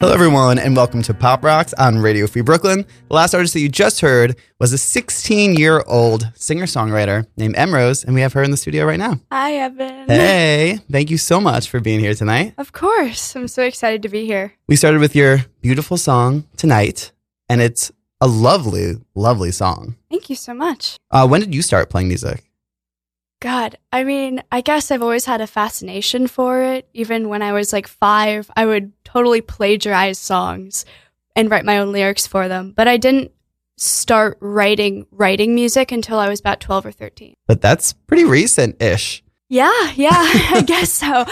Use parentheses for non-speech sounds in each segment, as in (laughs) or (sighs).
Hello, everyone, and welcome to Pop Rocks on Radio Free Brooklyn. The last artist that you just heard was a 16 year old singer songwriter named Emrose, and we have her in the studio right now. Hi, Evan. Hey, thank you so much for being here tonight. Of course. I'm so excited to be here. We started with your beautiful song tonight, and it's a lovely, lovely song. Thank you so much. Uh, when did you start playing music? God, I mean, I guess I've always had a fascination for it. Even when I was like five, I would totally plagiarize songs and write my own lyrics for them. But I didn't start writing writing music until I was about 12 or 13. But that's pretty recent ish. Yeah, yeah, (laughs) I guess so.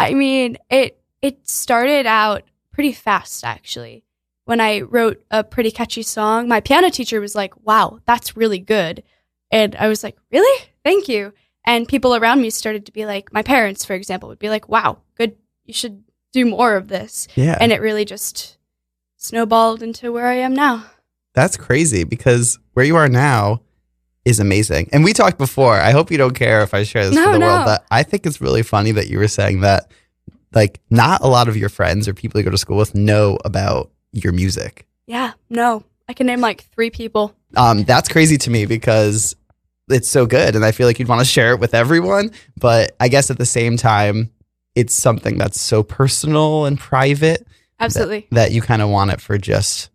I mean, it it started out pretty fast actually. When I wrote a pretty catchy song, my piano teacher was like, "Wow, that's really good." And I was like, "Really? Thank you." And people around me started to be like, my parents, for example, would be like, "Wow, good. You should do more of this." Yeah. And it really just snowballed into where I am now. That's crazy because where you are now is amazing. And we talked before. I hope you don't care if I share this No, with the no. world, but I think it's really funny that you were saying that like not a lot of your friends or people you go to school with know about your music. Yeah. No. I can name like 3 people. Um, that's crazy to me because it's so good and I feel like you'd want to share it with everyone. But I guess at the same time, it's something that's so personal and private Absolutely. that you kind of want it for just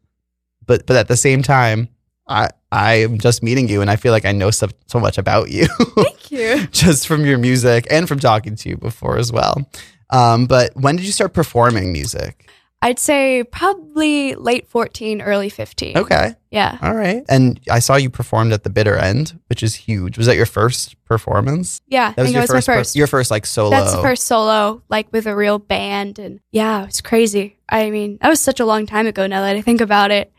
but but at the same time i i am just meeting you and i feel like i know so, so much about you (laughs) Thank you. just from your music and from talking to you before as well um, but when did you start performing music I'd say probably late 14, early 15. okay Yeah. all right and i saw you performed at the bitter end which is huge was that your first performance Yeah, that I think it was first, my per- first. your first like solo That's the first solo, like with a real band, and yeah, it was crazy. I mean, that was such a long time ago. Now that I think about it,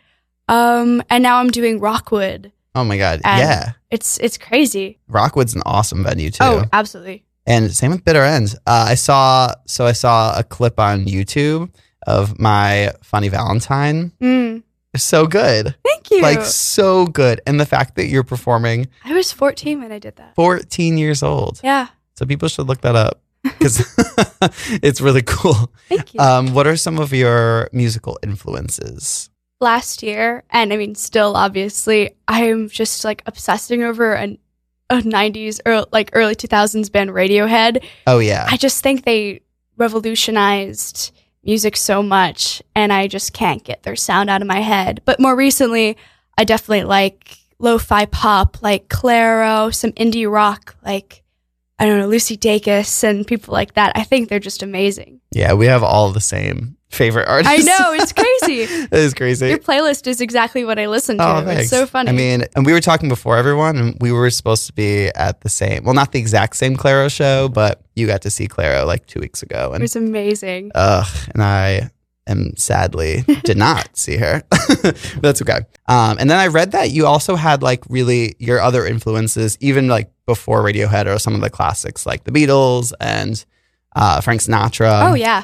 um, and now I'm doing Rockwood. oh my god And- yeah It's it's crazy. rockwood's an awesome venue too Oh, absolutely. And same with Bitter End. Uh, I saw so I saw a clip on YouTube of my funny Valentine. Mm, So good, thank you. like so good. And the fact that you're performing I was 14 when I did that. 14 years old, Yeah, so people should look that up because (laughs) it's really cool. thank you. Um, what are some of your musical influences? Last year, and I mean, still obviously, I'm just like obsessing over an, a 90s or like early 2000s band Radiohead. Oh yeah, I just think they revolutionized music so much, and I just can't get their sound out of my head. But more recently, I definitely like lo-fi pop, like Claro, some indie rock, like I don't know Lucy Dacus and people like that. I think they're just amazing. yeah. We have all the same favorite artists. I know it's (laughs) crazy. it is crazy. Your playlist is exactly what I listen to. it's Oh, thanks. so funny. I mean, and we were talking before everyone, and we were supposed to be at the same, well, not the exact same Claro show, but you got to see Claro like two weeks ago, it and was amazing. ugh, and I am (laughs) sadly did not see her, (laughs) but that's okay. Um, and then I read that you also had like really your other influences, even like before Radiohead or some of the classics like the Beatles and uh, Frank Sinatra. oh yeah,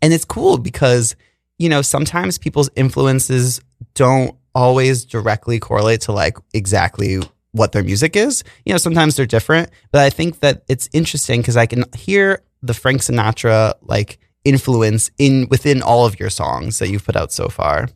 And it's cool because, you know, sometimes people's influences don't always directly correlate to like exactly what their music is. You know, sometimes they're different, but I think that it's interesting because I can hear the Frank Sinatra like influence in within all of your songs that you've put out so far.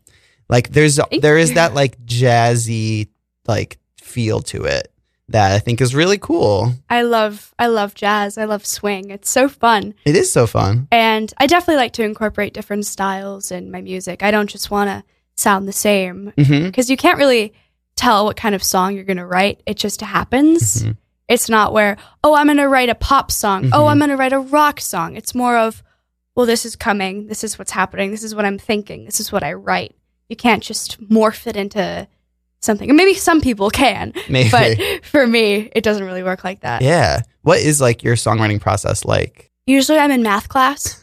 Like there's Thank there is you. that like jazzy like feel to it that I think is really cool. I love I love jazz. I love swing. It's so fun. It is so fun. And I definitely like to incorporate different styles in my music. I don't just want to sound the same Mhm. because you can't really tell what kind of song you're going to write. It just happens. Mhm. It's not where, oh, I'm going to write a pop song. Mhm. Oh, I'm going to write a rock song. It's more of, well, this is coming. This is what's happening. This is what I'm thinking. This is what I write. You can't just morph it into something. Maybe some people can, Maybe. (laughs) but for me, it doesn't really work like that. yeah. What is like your songwriting process like? Usually I'm in math class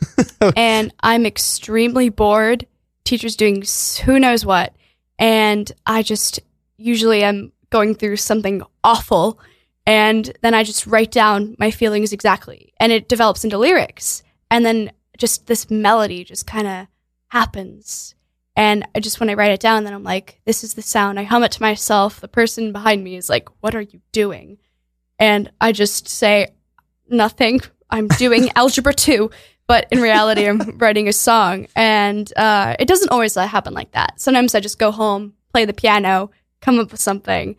and I'm extremely bored. Teacher's doing s- who knows what. And I just usually am going through something awful. And then I just write down my feelings exactly. And it develops into lyrics. And then just this melody just kind of happens. And I just, when I write it down, then I'm like, this is the sound. I hum it to myself. The person behind me is like, what are you doing? And I just say, nothing. I'm doing algebra two. but in reality, I'm writing a song. And uh, it doesn't always happen like that. Sometimes I just go home, play the piano, come up with something.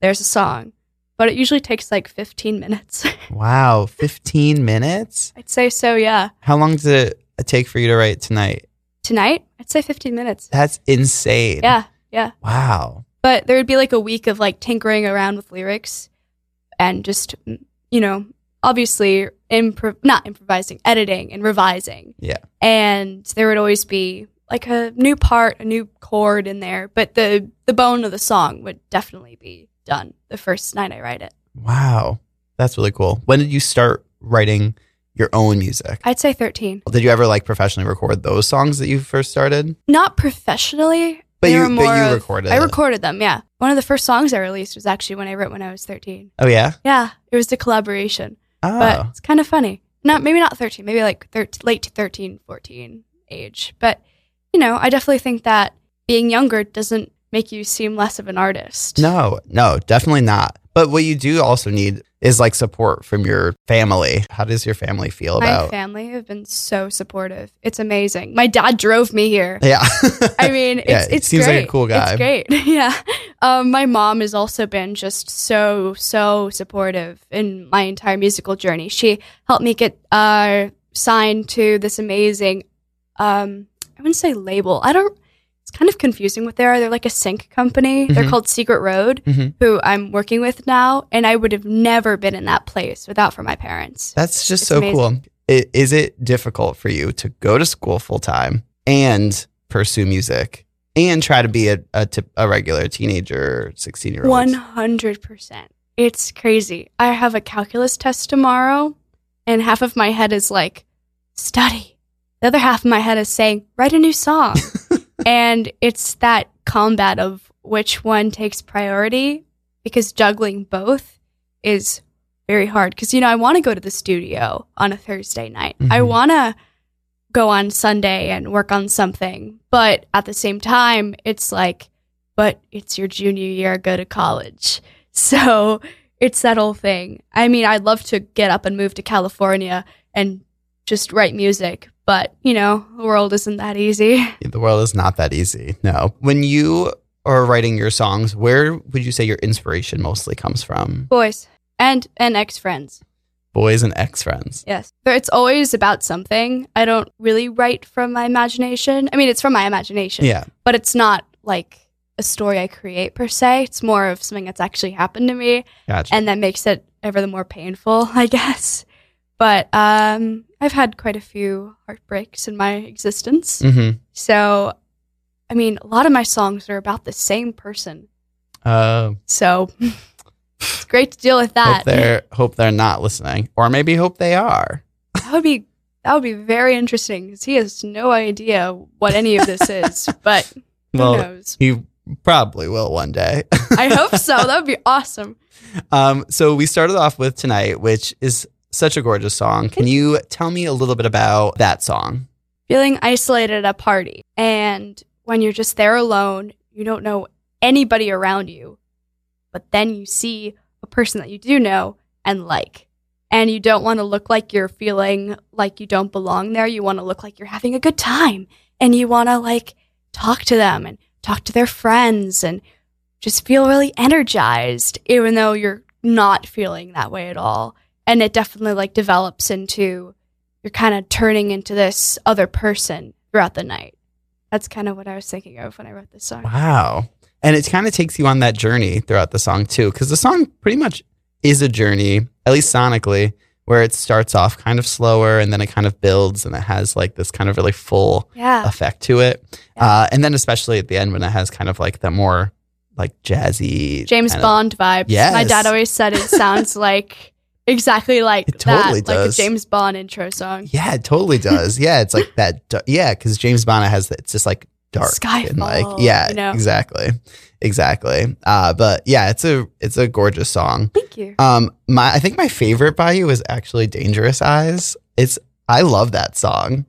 There's a song. But it usually takes like 15 minutes. (laughs) Wow, 15 minutes? I'd say so, yeah. How long did it take for you to write tonight? Tonight, I'd say 15 minutes. That's insane. Yeah, yeah. Wow. But there would be like a week of like tinkering around with lyrics and just, mm, you know, obviously improv not improvising, editing and revising. Yeah. And there would always be like a new part, a new chord in there, but the the bone of the song would definitely be done the first night I write it. Wow. That's really cool. When did you start writing your own music? I'd say 13. Did you ever like professionally record those songs that you first started? Not professionally, But they you, were more but you of- recorded I it. recorded them, yeah. One of the first songs I released was actually when I wrote when I was 13. oh yeah. Yeah, it was the collaboration. Oh. but it's kind of funny. Not maybe not 13, maybe like thir- late 13, 14 age. But you know, I definitely think that being younger doesn't make you seem less of an artist. No, no, definitely not. But what you do also need is like support from your family. How does your family feel my about? family have been so supportive. It's amazing. My dad drove me here. yeah. (laughs) I mean, it's, Yeah, it it's seems like a great. cool guy. It's great. (laughs) yeah. Um, my mom has also been just so so supportive in my entire musical journey. She helped me get uh, signed to this amazing. Um, I wouldn't say label. I don't. It's kind of confusing what they are. They're like a sync company. They're Mhm. called Secret Road, Mhm. who I'm working with now, and I would have never been in that place without for my parents. That's just It's so cool. I- Is it difficult for you to go to school full time and pursue music and try to be a, a, t- a regular teenager, 16 year old? One hundred percent. It's crazy. I have a calculus test tomorrow, and half of my head is like, study. The other half of my head is saying, write a new song. and it's that combat of which one takes priority because juggling both is very hard. Because, you know, I want to go to the studio on a Thursday night, I Mhm. want to go on Sunday and work on something. But at the same time, it's like, but it's your junior year, go to college. (laughs) So it's that whole thing. I mean, I'd love to get up and move to California and just write music, but you know, the world isn't that easy. (laughs) The world is not that easy. No. When you are writing your songs, where would you say your inspiration mostly comes from? Boys and and ex friends. Boys and ex friends. Yes. But it's always about something. I don't really write from my imagination. I mean, it's from my imagination, Yeah. but it's not like a story I create per se. It's more of something that's actually happened to me. Gotcha. and that makes it ever the more painful, (laughs) I guess. But um, I've had quite a few heartbreaks in my existence, hmm so I mean, a lot of my songs are about the same person. Uh, So (laughs) it's great to deal with that. hope they're hope they're not listening, or maybe hope they are. That would be that would be very interesting because he has no idea what any of this is, but who Well, knows? he probably will one day. I hope so. That would be awesome. Um, so we started off with tonight, which is such a gorgeous song. Can you tell me a little bit about that song? feeling isolated at a party. And when you're just there alone, you don't know anybody around you. But then you see a person that you do know and like. And you don't want to look like you're feeling like you don't belong there. You want to look like you're having a good time. And you want to like talk to them and talk to their friends and just feel really energized, even though you're not feeling that way at all. And it definitely like develops into you're kind of turning into this other person throughout the night. That's kind of what I was thinking of when I wrote this song. Wow. And it kind of takes you on that journey throughout the song too, because the song pretty much is a journey, at least sonically, where it starts off kind of slower and then it kind of builds and it has like this kind of really full Yeah. effect to it. Uh, and then especially at the end when it has kind of like the more like jazzy James kind of- Bond vibes. My Yes. dad always said (laughs) it sounds like exactly like It totally that, does. like a James Bond intro song. yeah, it totally does. yeah, it's like that. du- Yeah, because James Bond has it's just like dark and like Skyfall, yeah, you know? exactly, exactly. Uh, but yeah, it's a it's a gorgeous song. Thank you. Um, my I think my favorite by you is actually "Dangerous Eyes." It's I love that song.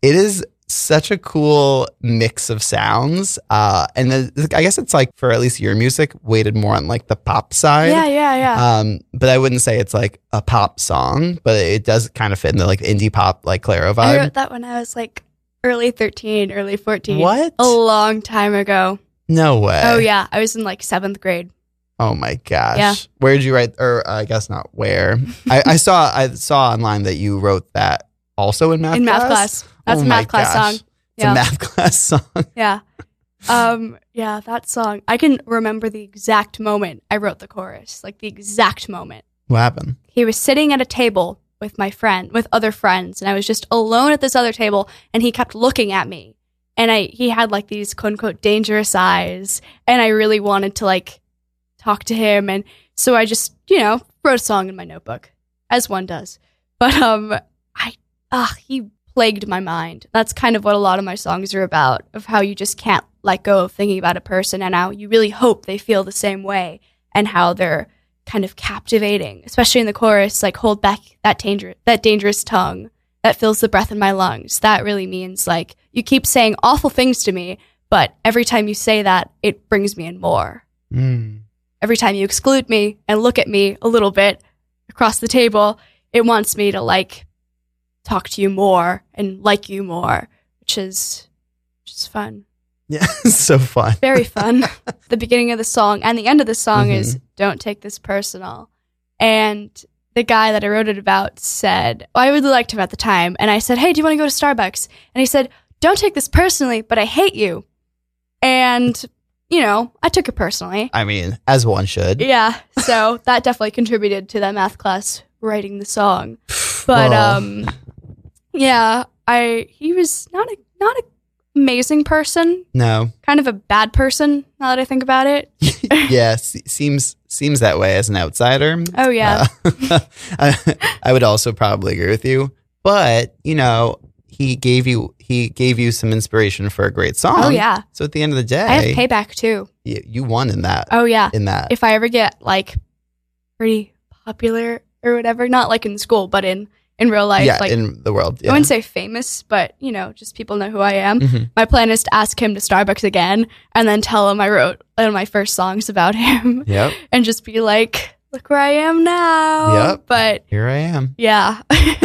It is such a cool mix of sounds. Uh, and the, I guess it's like for at least your music, weighted more on like the pop side. yeah, yeah, yeah. Um, but I wouldn't say it's like a pop song, but it does kind of fit in the like indie pop, like Clairo I vibe. wrote that when I was like early 13, early 14. What? A long time ago. No way. Oh, yeah. I was in like seventh grade. Oh my gosh. Yeah. Where did you write? Or uh, I guess not where. I, I saw I saw online that you wrote that also in math in class. math class. That's Oh a my math class gosh. song. It's Yeah. a math (laughs) class song. Yeah. Um, yeah, that song. I can remember the exact moment I wrote the chorus, like the exact moment. What happened? He was sitting at a table with my friend, with other friends, and I was just alone at this other table, and he kept looking at me. And I he had like these quote unquote dangerous eyes, and I really wanted to like talk to him and so I just, you know, wrote a song in my notebook, as one does. But um I ah, he plagued my mind. That's kind of what a lot of my songs are about, of how you just can't let go of thinking about a person and how you really hope they feel the same way and how they're kind of captivating, especially in the chorus, like hold back that danger that dangerous tongue that fills the breath in my lungs. That really means like you keep saying awful things to me, but every time you say that, it brings me in more. Mm. Every time you exclude me and look at me a little bit across the table, it wants me to like talk to you more and like you more, which is just fun. (laughs) Yeah, so fun. Very fun. the beginning of the song and the end of the song is don't take this personal. And the guy that I wrote it about said, well, I really liked him at the time. And I said, Hey, do you want to go to Starbucks? And he said, Don't take this personally, but I hate you. And, you know, I took it personally. I mean, as one should. Yeah, so that definitely contributed to that math class writing the song. But Well, um yeah, I he was not a not an amazing person, (laughs) no. (laughs) kind of a bad person now that I think about it. yeah, se- seems seems that way as an outsider. Oh yeah. Uh, (laughs) I, I would also probably agree with you, but you know, he gave you he gave you some inspiration for a great song. oh yeah. So at the end of the day, I have payback too. you, you won in that. Oh yeah. In that, If I ever get like pretty popular or whatever, not like in school, but in in real life, yeah, like in the world, I yeah. wouldn't say famous, but you know, just people know who I am. Mhm. My plan is to ask him to Starbucks again and then tell him I wrote one of my first songs about (laughs) him Yep, and just be like, look where I am now. Yep. But here I am. yeah, (laughs) I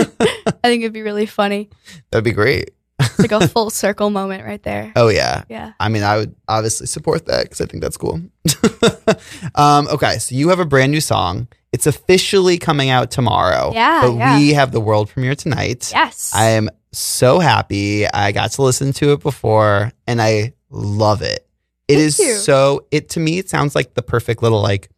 think it'd be really funny. That'd be great. It's (laughs) like a full circle moment right there. Oh yeah, Yeah. I mean, I would obviously support that because I think that's cool. (laughs) um, okay, so you have a brand new song. It's officially coming out tomorrow. Yeah, But yeah. we have the world premiere tonight. Yes. I am so happy. I got to listen to it before and I love it. It Thank is you. so it to me it sounds like the perfect little like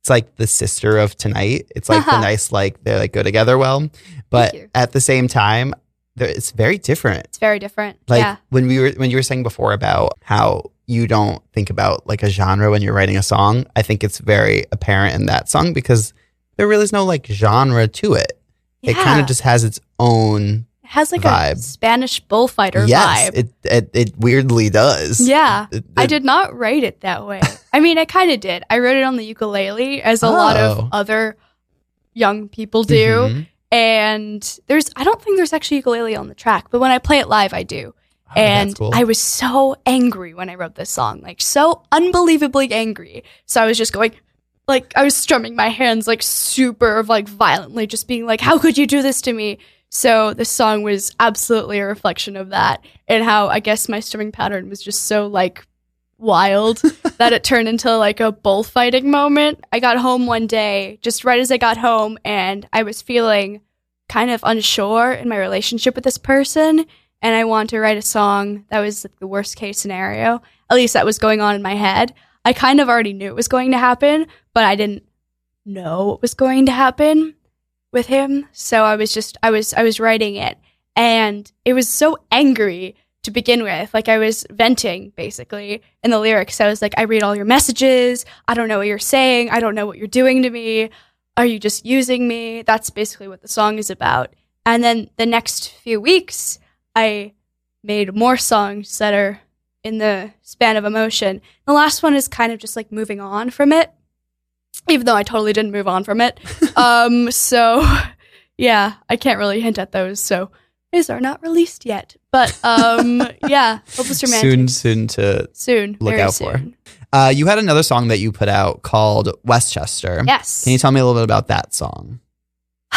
it's like the sister of tonight. It's like (laughs) the Haha. nice like they like go together well, but you. at the same time there, it's very different. it's very different. Like yeah. when we were when you were saying before about how you don't think about like a genre when you're writing a song, I think it's very apparent in that song because there really is no like genre to it. It kind Yeah. of just has its own It has like a vibe. Spanish bullfighter yes, vibe. It, it it weirdly does. yeah. It- I it- did not write it (laughs) that way. I mean, I kind of did. I wrote it on the ukulele, as a lot Oh. of other young people do. Mhm. And there's, I don't think there's actually ukulele on the track, but when I play it live, I do. Oh, and that's cool. I was so angry when I wrote this song, like so unbelievably angry. So I was just going, like, I was strumming my hands, like, super, like, violently, just being like, how could you do this to me? So this song was absolutely a reflection of that and how I guess my strumming pattern was just so, like, wild that it turned into like a bullfighting moment. I got home one day, just right as I got home, and I was feeling kind of unsure in my relationship with this person. And I wanted to write a song that was like, the worst case scenario. At least that was going on in my head. I kind of already knew it was going to happen, but I didn't know what was going to happen with him. So I was just I was I was writing it and it was so angry to begin with. Like I was venting basically in the lyrics. I was like, I read all your messages. I don't know what you're saying. I don't know what you're doing to me. Are you just using me? That's basically what the song is about. And then the next few weeks, I made more songs that are in the span of emotion. The last one is kind of just like moving on from it, even though I totally (laughs) didn't (laughs) move on from it. um, so yeah, I can't really hint at those. So His are not released yet, but (laughs) um, yeah, hopeless romantic Soon, soon to. soon. Look very out for. soon. Uh, you had another song that you put out called Westchester. Yes, Can you tell me a little bit about that song? (sighs)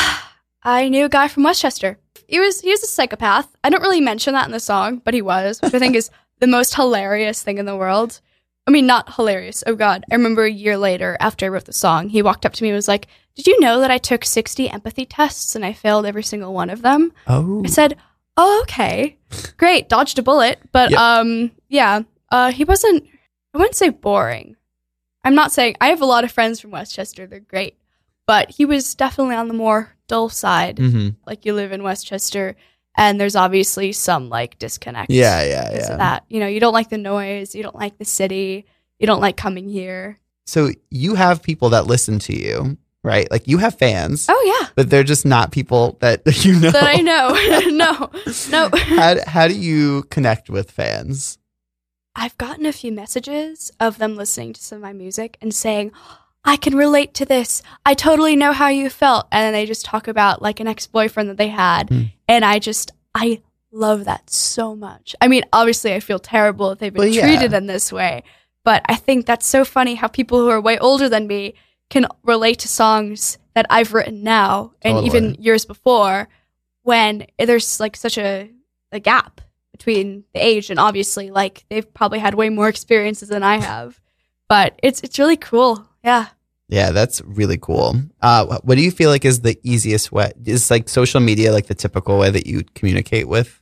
I knew a guy from Westchester. He was he was a psychopath. I don't really mention that in the song, but he was, which I think is (laughs) the most hilarious thing in the world. I mean, not hilarious. Oh God, I remember a year later after I wrote the song, he walked up to me and was like, "Did you know that I took sixty empathy tests and I failed every single one of them?" Oh, I said, "Oh, okay, great, dodged a bullet." But Yep. um, yeah, uh, he wasn't. I wouldn't say boring. I'm not saying I have a lot of friends from Westchester; they're great, but he was definitely on the more dull side. hmm Like you live in Westchester, and there's obviously some like disconnect. yeah, yeah, because of yeah. that you know you don't like the noise, you don't like the city, you don't like coming here. So you have people that listen to you, right? Like you have fans, Oh yeah, but they're just not people that (laughs) you know. that I know. (laughs) no, no. (laughs) how, how do you connect with fans? I've gotten a few messages of them listening to some of my music and saying, I can relate to this. I totally know how you felt. And then they just talk about like an ex boyfriend that they had. Hmm. And I just, I love that so much. I mean, obviously, I feel terrible that they've been Well, yeah. treated in this way. But I think that's so funny how people who are way older than me can relate to songs that I've written now and Totally. even years before when there's like such a, a gap between the age and obviously like they've probably had way more experiences than I have. But it's it's really cool. Yeah. Yeah, that's really cool. Uh, what do you feel like is the easiest way? Is like social media like the typical way that you communicate with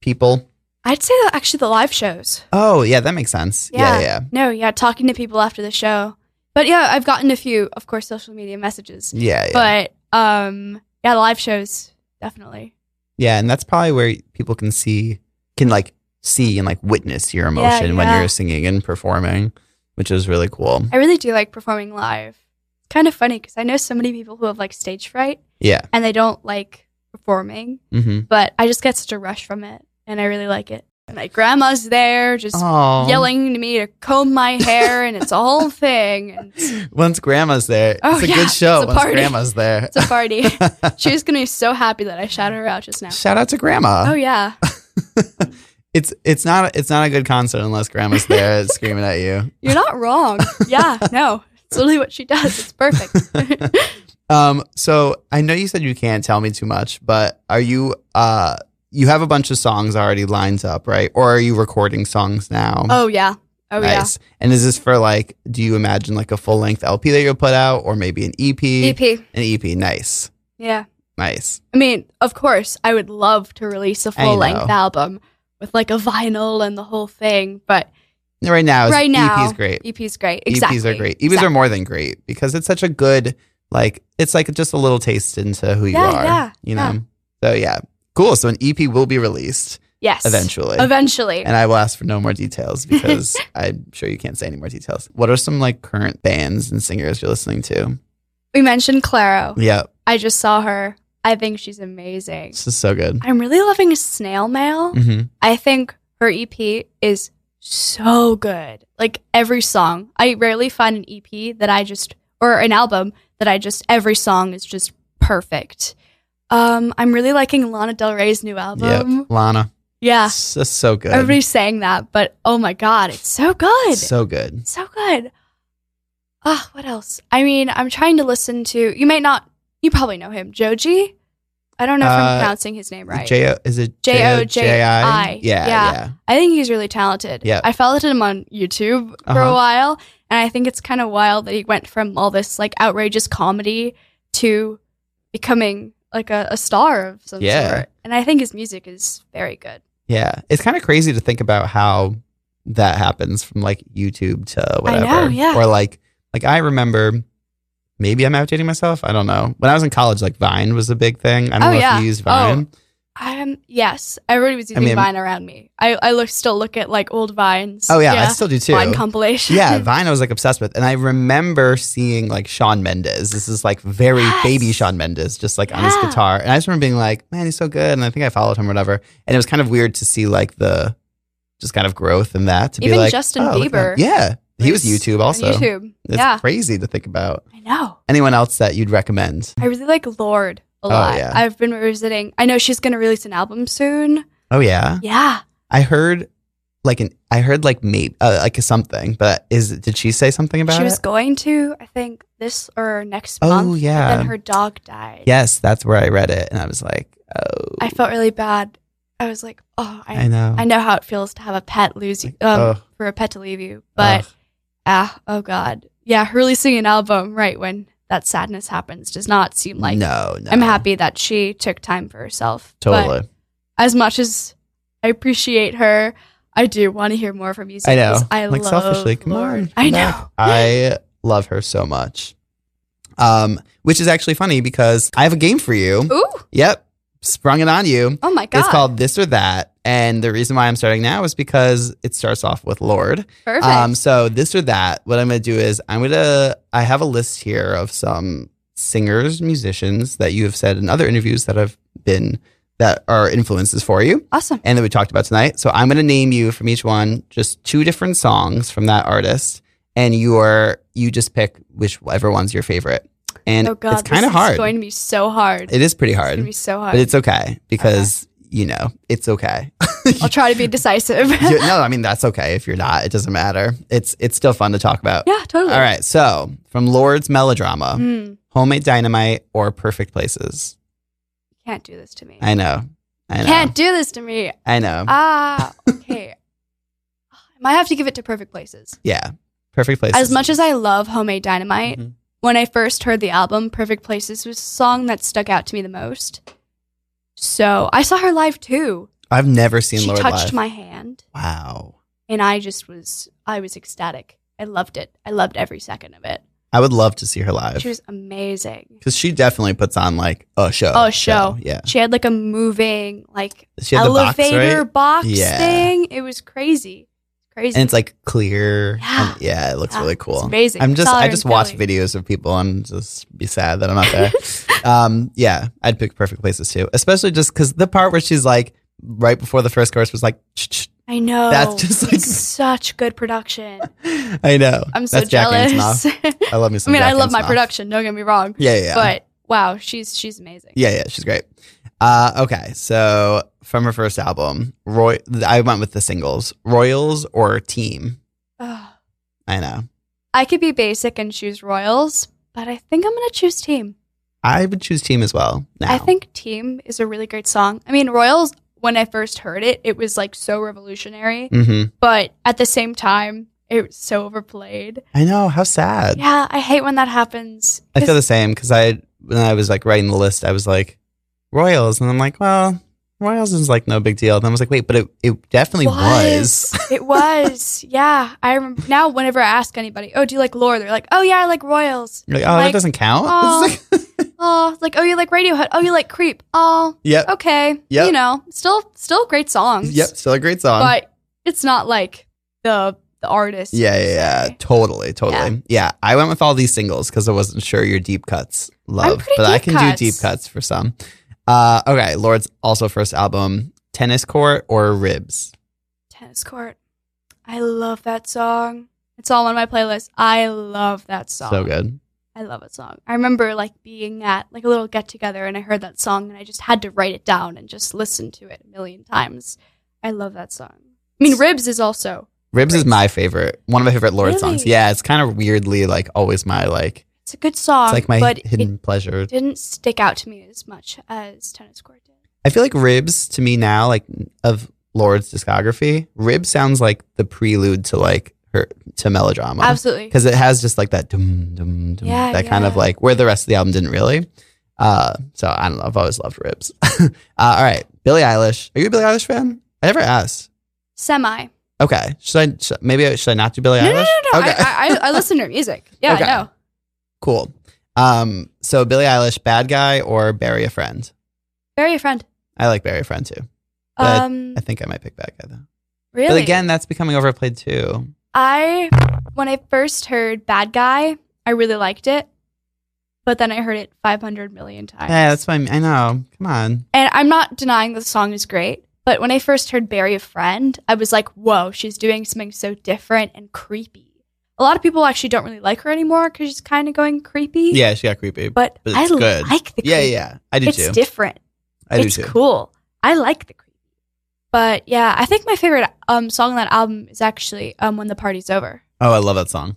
people? I'd say that actually the live shows. Oh, yeah, that makes sense. Yeah, yeah. Yeah. No, yeah, talking to people after the show. But yeah, I've gotten a few, of course, social media messages. Yeah, yeah. But um yeah, the live shows definitely. yeah, and that's probably where people can see can like see and like witness your emotion when yeah. you're singing and performing, which is really cool. I really do like performing live. It's kind of funny because I know so many people who have like stage fright Yeah. and they don't like performing, Mm-hmm. but I just get such a rush from it and I really like it. My grandma's there just Oh. yelling to me to comb my hair, and it's a whole thing. And it's Once grandma's there, Oh, it's a yeah, good show. it's a once party. grandma's there. it's a party. (laughs) she was gonna be so happy that I shouted her out just now. Shout out to grandma. Oh yeah, (laughs) it's it's not it's not a good concert unless grandma's (laughs) there screaming at you. you're not wrong. (laughs) Yeah, no, it's literally what she does. It's perfect. Um, so I know you said you can't tell me too much, but are you uh you have a bunch of songs already lined up, right? Or are you recording songs now? oh yeah, oh yeah. nice. And is this for like do you imagine like a full length LP that you'll put out or maybe an EP? EP. An EP, nice. E Yeah, Nice. I mean, of course, I would love to release a I know. full length album with like a vinyl and the whole thing, but Right now, Right now, EP's great. EP's great. Exactly. EPs E are great. EPs Exactly. are more than great because it's such a good like it's like just a little taste into who you Yeah, are. yeah, you know. So yeah. Cool. So an EP will be released yes. eventually. Eventually. And I will ask for no more details (laughs) because I'm sure you can't say any more details. What are some like current bands and singers you're listening to? we mentioned Claro. Yeah, I just saw her. I think she's amazing. this is so good. I'm really loving Snail Mail. hmm I think her EP is so good. Like every song, I rarely find an EP that I just or an album that I just every song is just perfect. Um, I'm really liking Lana Del Rey's new Yep, album. Lana. Yeah, It's just so good. everybody's saying that, but oh my god, it's so good, So so, good. good. Ah, what else? I mean, I'm trying to listen to. You may not. You probably know him, Joji. I don't know if Uh, I'm pronouncing his name right. J O is it J O J O J I? J I. Yeah, Yeah. yeah. I think he's really talented. Yeah. I followed him on YouTube for Uh-huh. a while, and I think it's kind of wild that he went from all this like outrageous comedy to becoming like a, a star of some Yeah. sort. And I think his music is very good. Yeah. It's kind of crazy to think about how that happens from like YouTube to whatever. know, yeah. Or like like I remember maybe I'm outdating myself. I don't know. When I was in college, like Vine was a big thing. I don't Oh, know yeah. if you used Oh. Vine. Um, yes, everybody was using mean- Vine around me. I, I look still look at like old vines. Oh, yeah, I still do too. Vine compilation. (laughs) yeah, Vine I was like obsessed with. And I remember seeing like Sean Mendes. This is like very Yes. baby Sean Mendes, just like on his Yeah. guitar. And I just remember being like, man, he's so good. And I think I followed him or whatever. And it was kind of weird to see like the just kind of growth in that. To be Even like, Justin oh, look at Bieber him. Yeah. He was YouTube on also. YouTube. It's yeah, crazy to think about. I know. Anyone else that you'd recommend? I really like Lord a Oh, lot. yeah. I've been revisiting. I know she's going to release an album soon. Oh yeah, Yeah. I heard like an I heard like maybe uh, like something, but is did she say something about she was it? going to, I think, this or next Oh, month. But yeah. then her dog died. Yes, that's where I read it, and I was like, oh, I felt really bad. I was like, oh, I, I oh. know, I know how it feels to have a pet lose you, um, Ugh. for a pet to leave you. But Ugh. ah, oh god, yeah, releasing an album right when that sadness happens does not seem like. no, no, I'm happy that she took time for herself. But totally. as much as I appreciate her, I do want to hear more from you. I know. I like love selfishly, come Lorde. on. I come know. back. I love her so much. Um, which is actually funny because I have a game for you. Ooh. Yep, sprung it on you. Oh my god. It's called this or that, and the reason why I'm starting now is because it starts off with Lord. Perfect. Um, so this or that. What I'm gonna do is I'm gonna I have a list here of some singers, musicians that you have said in other interviews that have been that are influences for you awesome. and that we talked about tonight. So I'm gonna name you from each one just two different songs from that artist, and you are you just pick whichever one's your favorite. And oh god, it's kind this of is hard. going to be so hard. it is pretty It's hard, going to be so hard. but it's okay because you know it's okay. I'll try (laughs) to be decisive. (laughs) You- no, I mean that's okay if you're not. It doesn't matter. It's it's still fun to talk about. yeah, totally. All right, so from Lord's melodrama, Mm, homemade dynamite or perfect places. can't do this to me. I know, I know, Can't do this to me. I know. Ah, okay. I (laughs) might have to give it to Perfect Places. yeah, perfect places. As much as I love Homemade Dynamite, Mhm. when I first heard the album, Perfect Places was the song that stuck out to me the most. So I saw her live too. I've never seen she Lord touched live. my hand, wow, and I just was, I was ecstatic. I loved it. I loved every second of it. I would love to see her live She was amazing. because she definitely puts on like a show. Oh, show. Yeah, She had like a moving, like she had the box, elevator right? box, Yeah. thing. It was crazy, crazy. and it's like clear. Yeah. and, yeah it looks Yeah, really it's cool. amazing. I'm just Saw her I in just watch Philly. videos of people and just be sad that I'm not (laughs) there. um, yeah, I'd pick perfect places too, especially just because the part where she's like right before the first chorus was like, "Ch-ch-ch." I know. That's just, like- It's such good production. (laughs) I know. I'm so That's Jack jealous. (laughs) Antonoff. I I love me some. mean, I Jack love my Antonoff. production. Don't get me wrong, Yeah, yeah, yeah. but wow, she's she's amazing. yeah, yeah. She's great. Uh, okay, so from her first album, Roy, I went with the singles, Royals or Team. Ugh. I know. I could be basic and choose Royals, but I think I'm gonna choose Team. I would choose Team as well. Now. I think Team is a really great song. I mean, Royals. When I first heard it, it was like so revolutionary, hmm but at the same time, it was so overplayed. I know. How sad. Yeah, I hate when that happens. I feel the same because I when I was like writing the list, I was like Royals, and I'm like, well, Royals is like no big deal. And I was like, wait, but it, it definitely was. (laughs) it was. Yeah, I remember now. Whenever I ask anybody, "Oh, do you like Lore?" They're like, "Oh yeah, I like Royals." You're like, oh, Like, that doesn't count. (laughs) oh. It's like- Oh, like oh, you like Radiohead? Oh, you like Creep? Oh, yep, okay. Yep. You know, still still great songs. yep, still a great song. But it's not like the the artist. yeah, per yeah, yeah, se. totally, totally. Yeah. I went with all these singles because I wasn't sure your deep cuts love, pretty but I deep can cuts. do deep cuts for some. Uh, okay, Lord's also first album, Tennis Court or Ribs. Tennis court. I love that song. It's all on my playlist. I love that song. So good. I love that song. I remember like being at like a little get together and I heard that song and I just had to write it down and just listen to it a million times. I love that song. I mean, Ribs is also Ribs is Ribs. my favorite, one of my favorite Lord songs. Really? Yeah, it's kind of weirdly like always my like it's a good song, It's like my but hidden pleasure. it didn't stick out to me as much as Tennis Court did. I feel like Ribs to me now, like of Lord's discography, Ribs sounds like the prelude to like her to melodrama Absolutely. because it has just like that dum dum dum Yeah, that kind of yeah. like where the rest of the album didn't really. Uh, so I don't know. I've always loved Ribs. (laughs) uh, all right, Billie Eilish. Are you a Billie Eilish fan? I never asked. Semi. Okay, should I should, maybe I- should I not do Billie No, Eilish? no, no, no. Okay, I, I, I listen to (laughs) her music. Yeah, Okay. I know. cool. Um, so Billie Eilish, bad guy or bury a friend? Bury a friend. I like bury a friend too. But Um, I think I might pick bad guy though. really? But again, that's becoming overplayed too. I when I first heard Bad Guy, I really liked it, but then I heard it 500 million times. Yeah, that's what I, mean. I know. Come on. And I'm not denying the song is great, but when I first heard Bury a Friend, I was like, whoa, she's doing something so different and creepy. A lot of people actually don't really like her anymore because she's kind of going creepy. Yeah, she got creepy. But, But I it's good. like the creepy. yeah, yeah. I do It's too. different. I do it's too. cool. I like the creepy. But yeah, I think my favorite um, song on that album is actually um, When the Party's Over. Oh, I love that song.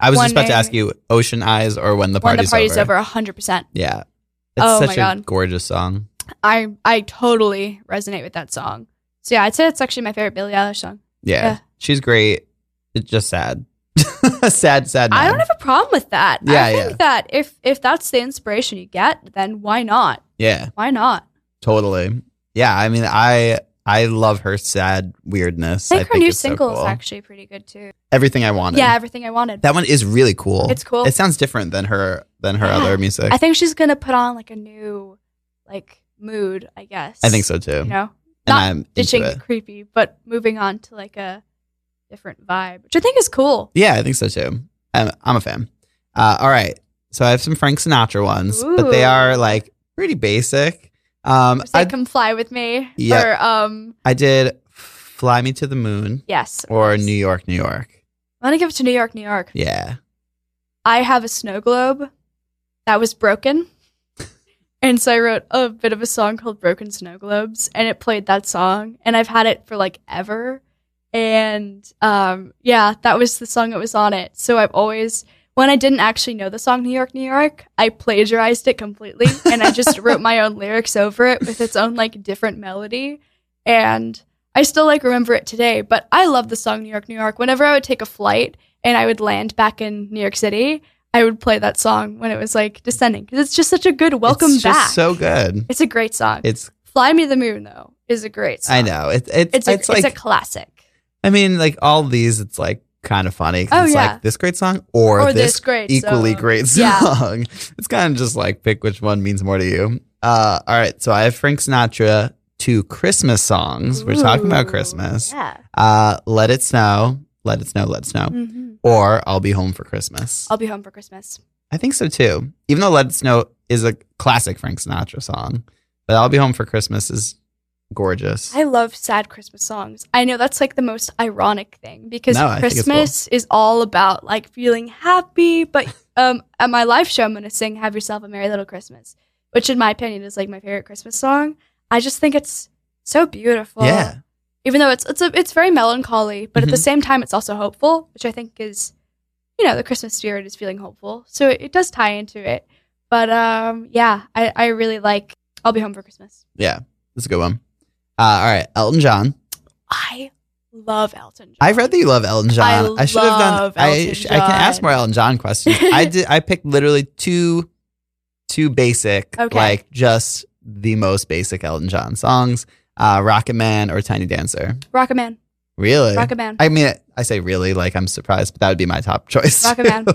I was One just about to name. ask you Ocean Eyes or When the when the Party's, party's over. 100%. Yeah. It's Oh my such a God. gorgeous song. I, I totally resonate with that song. So yeah, I'd say it's actually my favorite Billie Eilish song. Yeah. Yeah. She's great. It's just sad. (laughs) sad, sad. I man. don't have a problem with that. Yeah, I think yeah. that if if that's the inspiration you get, then why not? Yeah, Why not? totally. Yeah. I mean, I I love her sad weirdness. I think her new it's so single cool. is actually pretty good too. Everything I Wanted. Yeah, everything I wanted. That one is really cool. It's cool. It sounds different than her than her Yeah. other music. I think she's gonna put on like a new like mood, I guess. I think so too. You know, and not I'm ditching into the it. creepy, but moving on to like a different vibe, which I think is cool. Yeah, I think so too. I'm, I'm a fan. Uh, all right. So I have some Frank Sinatra ones, but they Ooh. are like pretty basic. Um, Say, I, "Come fly with me," Yeah. or um, I did Fly Me to the Moon yes, of or course. New York, New York. I'm gonna give it to New York, New York. Yeah. I have a snow globe that was broken. And so I wrote a bit of a song called Broken Snow Globes and it played that song and I've had it for like ever. And um yeah, that was the song that was on it. So I've always when I didn't actually know the song New York New York, I plagiarized it (laughs) completely and I just wrote my own lyrics over it with its own like different melody and I still like remember it today, but I love the song New York New York. Whenever I would take a flight and I would land back in New York City, I would play that song when it was like descending because it's just such a good welcome it's back. Just so good. It's a great song. It's Fly Me to the Moon though is a great song. I know. It, it's It's it's a, it's like it's a classic. I mean like all these it's like kind of funny 'cause Oh, it's yeah. like this great song or, Or this, this great equally song. great (laughs) Yeah. song. It's kind of just like pick which one means more to you. Uh, all right, so I have Frank Sinatra two Christmas songs. We're talking about Ooh, Christmas. Yeah. Uh, let it snow, let it snow, let it snow, Mhm. or I'll be home for Christmas. I'll be home for Christmas. I think so too. Even though Let It Snow is a classic Frank Sinatra song, but I'll Be Home for Christmas is gorgeous. I love sad Christmas songs. I know that's like the most ironic thing because No, I think it's Christmas is all about like feeling happy. But um, at my live show, I'm going to sing Have Yourself a Merry Little Christmas, which in my opinion is like my favorite Christmas song. I just think it's so beautiful. yeah. Even though it's it's a, it's very melancholy, but at the Mhm. same time it's also hopeful, which I think is you know, the Christmas spirit is feeling hopeful. So it, it does tie into it. But um yeah, I, I really like I'll be home for Christmas. Yeah. That's a good one. Uh, all right. Elton John. I love Elton John. I've read that you love Elton John. I should have done love I, Elton I can ask John. more Elton John (laughs) questions. I did I picked literally two two basic, Okay. like just the most basic Elton John songs. Uh Rocket Man or Tiny Dancer. Rocket Man. Really? Rocket Man. I mean I say really like I'm surprised, but that would be my top (laughs) choice. Rocket Man.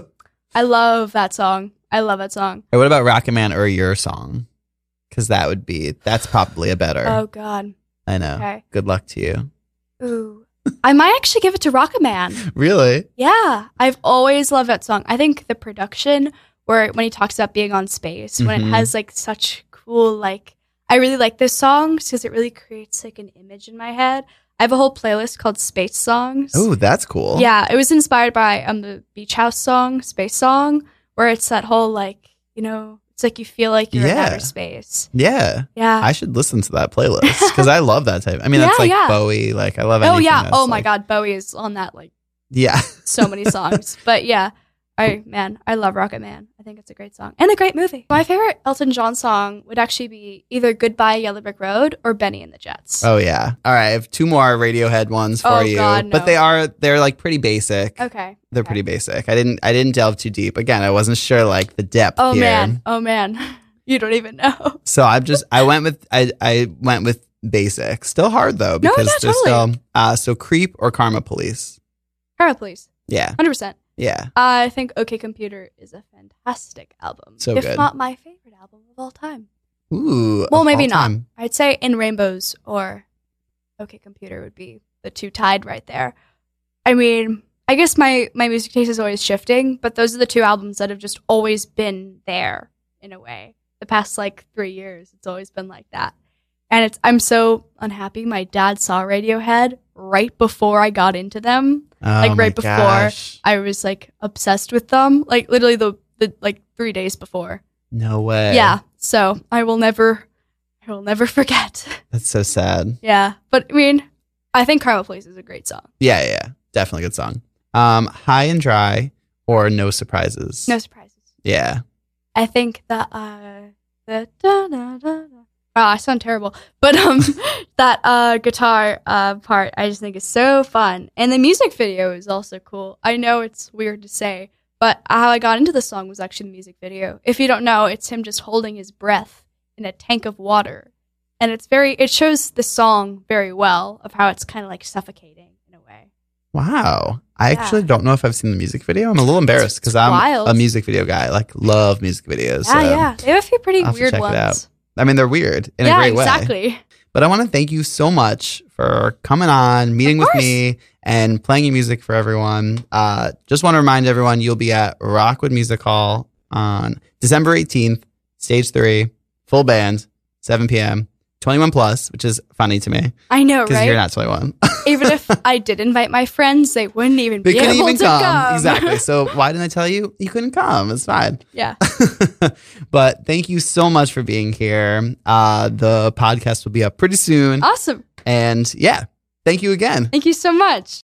I love that song. I love that song. Or what about Rocket Man or your song? Because that would be that's probably a better. Oh God. I know. Okay. Good luck to you. Ooh. I might actually give it to Rocket Man. Really? Yeah. I've always loved that song. I think the production where when he talks about being on space, when it Mhm. has like such cool like I really like this song because it really creates like an image in my head. I have a whole playlist called Space Songs. Oh, that's cool. Yeah, it was inspired by um the Beach House song, Space Song, where it's that whole like, you know, it's like you feel like you're in Yeah. outer space. Yeah. Yeah. I should listen to that playlist because I love that type. I mean, that's (laughs) Yeah, like yeah. Bowie. Like I love. oh anything yeah. that's, Oh my like- god, Bowie is on that like Yeah. (laughs) so many songs. but yeah. I man, I love Rocket Man. I think it's a great song and a great movie. My favorite Elton John song would actually be either Goodbye Yellow Brick Road or Benny and the Jets. Oh yeah. All right. I have two more Radiohead ones for Oh, you, God, but no. they are they're like pretty basic. Okay. They're okay. pretty basic. I didn't I didn't delve too deep. Again, I wasn't sure like the depth. Oh here. man. Oh man. (laughs) You don't even know. (laughs) So I've just I went with I I went with basic. Still hard though No, because yeah, there's totally. still uh so creep or karma police. Carol, please. Yeah. 100%. Yeah. I think OK Computer is a fantastic album. So if good. not my favorite album of all time. Ooh. Well, of maybe all not. time. I'd say In Rainbows or OK Computer would be the two tied right there. I mean, I guess my, my music taste is always shifting, but those are the two albums that have just always been there in a way. The past like three years, it's always been like that. And it's I'm so unhappy. My dad saw Radiohead right before I got into them. Oh Like, right before. I was like obsessed with them. Like literally the, the like three days before. No way. Yeah. So I will never I will never (laughs) forget. That's so sad. yeah. But I mean, I think Karma Police is a great song. Yeah, yeah, yeah. Definitely a good song. Um, High and Dry or No Surprises. No surprises. Yeah. I think that uh the da da da da Wow, I sound terrible. But (laughs) um that uh guitar uh part I just think is so fun. And the music video is also cool. I know it's weird to say, but how I got into the song was actually the music video. If you don't know, it's him just holding his breath in a tank of water. And it's very it shows the song very well of how it's kinda like suffocating in a way. Wow. I Yeah. actually don't know if I've seen the music video. I'm a little embarrassed because I'm wild. a music video guy. Like, love music videos. Yeah, so- yeah. They have a few pretty uh, I'll have to weird check it ones. out I mean, they're weird in yeah, a great way. exactly. But I want to thank you so much for coming on, meeting Of with course. me, and playing your music for everyone. Uh, just want to remind everyone you'll be at Rockwood Music Hall on December 18th, stage three, full band, 7 p.m., 21 plus, which is funny to me I know, because right? you're not (laughs) 21. even if I did invite my friends, they wouldn't even they be couldn't able even to come. come. Exactly. So why didn't I tell you? You couldn't come. It's fine. (laughs) (laughs) yeah. but thank you so much for being here. Uh, Oh. the podcast will be up pretty soon. Awesome. And yeah, thank you again. Thank you so much.